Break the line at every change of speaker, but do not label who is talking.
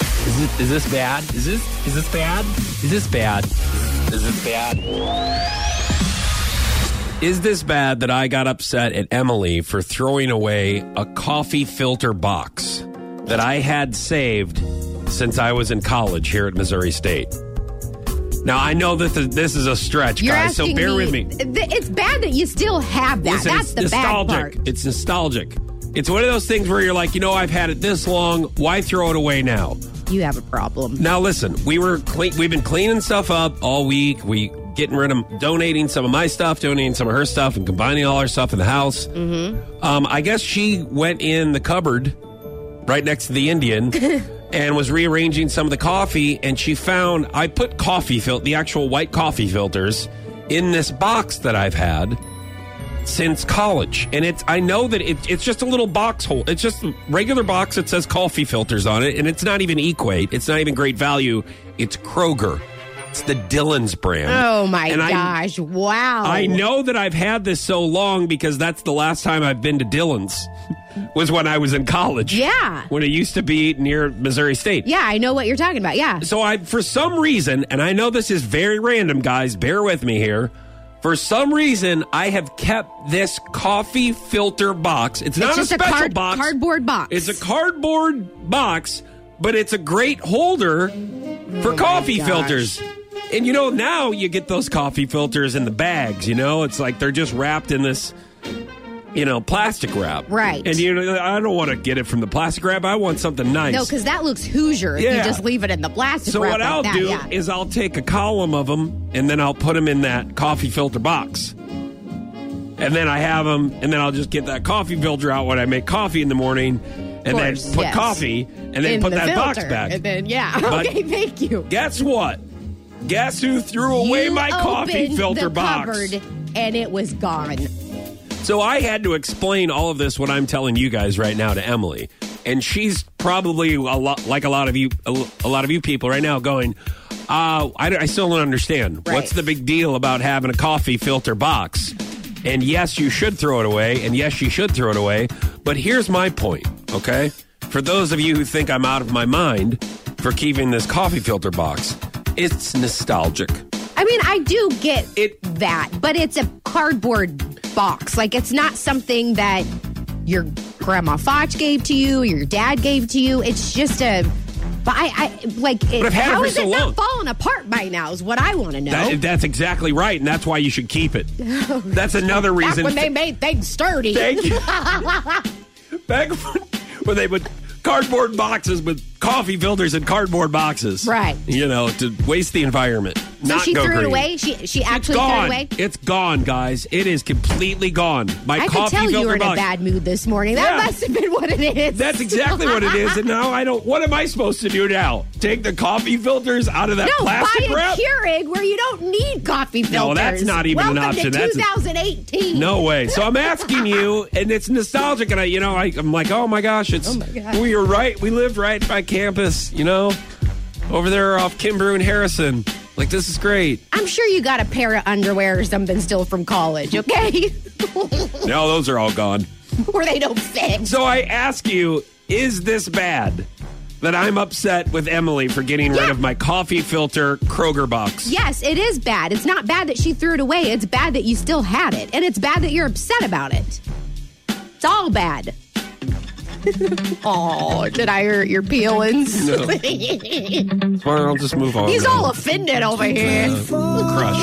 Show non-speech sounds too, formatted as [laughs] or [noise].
Is this, is this bad? Is this is this bad? Is this bad? Is this bad?
Is this bad that I got upset at Emily for throwing away a coffee filter box that I had saved since I was in college here at Missouri State? Now, I know that th- this is a stretch,
You're
guys, so
asking
bear
me,
with me.
th- it's bad that you still have that.
Listen,
That's
it's
the bad
nostalgic.
part.
It's nostalgic. It's one of those things where you're like, you know, I've had it this long. Why throw it away now?
You have a problem.
Now listen, we were clean, we've been cleaning stuff up all week. We getting rid of donating some of my stuff, donating some of her stuff, and combining all our stuff in the house. Mm-hmm. Um, I guess she went in the cupboard right next to the
[laughs]
Indian and was rearranging some of the coffee, and she found I put coffee fil- the actual white coffee filters in this box that I've had since college and it's i know that it, it's just a little box hole it's just a regular box that says coffee filters on it and it's not even equate it's not even great value it's kroger it's the dillon's brand
Oh my
And I-
gosh! wow.
I know that I've had this so long because that's the last time I've been to Dillon's [laughs] was when I was in college.
Yeah.
When it used to be near Missouri State.
Yeah, I know what you're talking about. Yeah.
So I for some reason, and I know this is very random, guys, bear with me here. For some reason, I have kept this coffee filter box. It's, not
it's just
a special
card-
box.
cardboard box.
It's a cardboard box, but it's a great holder for coffee
Oh gosh.
filters. And you know, now you get those coffee filters in the bags, you know? It's like they're just wrapped in this, you know, plastic wrap.
Right.
And you know, I don't want to get it from the plastic wrap. I want something nice.
No, because that looks Hoosier if
Yeah.
you just leave it in the plastic
So
wrap
what
like
I'll
that.
do
yeah.
is I'll take a column of them and then I'll put them in that coffee filter box. And then I have them, and then I'll just get that coffee filter out when I make coffee in the morning, and
course,
then put
yes.
coffee, and then
in
put
the
that box
filter,
back.
And then, yeah.
But-
[laughs] okay, thank you.
Guess what? Guess who threw away
You
my coffee
opened
filter
the
box?
cupboard and it was gone.
So I had to explain all of this what I'm telling you guys right now to Emily, and she's probably a lot like a lot of you, a l- a lot of you people right now going, uh, I, don't- I still don't understand.
Right.
What's the big deal about having a coffee filter box? And yes, you should throw it away, and yes, you should throw it away. But here's my point, okay? For those of you who think I'm out of my mind for keeping this coffee filter box, it's nostalgic.
I mean, I do get
It-
that, but it's a cardboard box. Like, it's not something that your grandma Foch gave to you, your dad gave to you. It's just a. But I, I like. It,
But I've had it
how
for
is
so
it
long.
not falling apart by now? Is what I want to know.
That, That's exactly right, and that's why you should keep
[laughs]
it. That's another
Back
reason.
when they made things sturdy.
Thank you.
[laughs]
Back when, when they would cardboard boxes with coffee filters and cardboard boxes.
Right.
You know, to waste the environment.
so
not
she
go
threw
green.
it away. She she actually threw it
Gone.
away.
It's gone, guys. It is completely gone. My
I could
coffee
tell
filter
you were in
box.
a bad mood this morning. That
Yeah.
must have been what it is.
That's exactly what it is. And now I don't. What am I supposed to do now? Take the coffee filters out of that
No,
plastic
buy a
wrap?
Keurig where you don't need coffee filters.
No, that's not even an
Welcome
option.
To
That's a-
2018.
No way. So
[laughs]
I'm asking you, and it's nostalgic, and I, you know, I, I'm like, oh my gosh, it's
Oh my God.
we were right. We lived right by campus, you know, over there off Kimbrough and Harrison. Like this is great.
I'm sure you got a pair of underwear or something still from college, okay? [laughs]
Now those are all gone.
where they don't fit.
So I ask you, is this bad that I'm upset with Emily for getting rid
Yeah.
of my coffee filter Kroger box?
Yes, it is bad. It's not bad that she threw it away. It's bad that you still had it. And it's bad that you're upset about it. It's all bad. [laughs] oh, did I hurt your feelings?
No. [laughs] Well, I'll just move on. Uh,
He's all offended over here.
crush.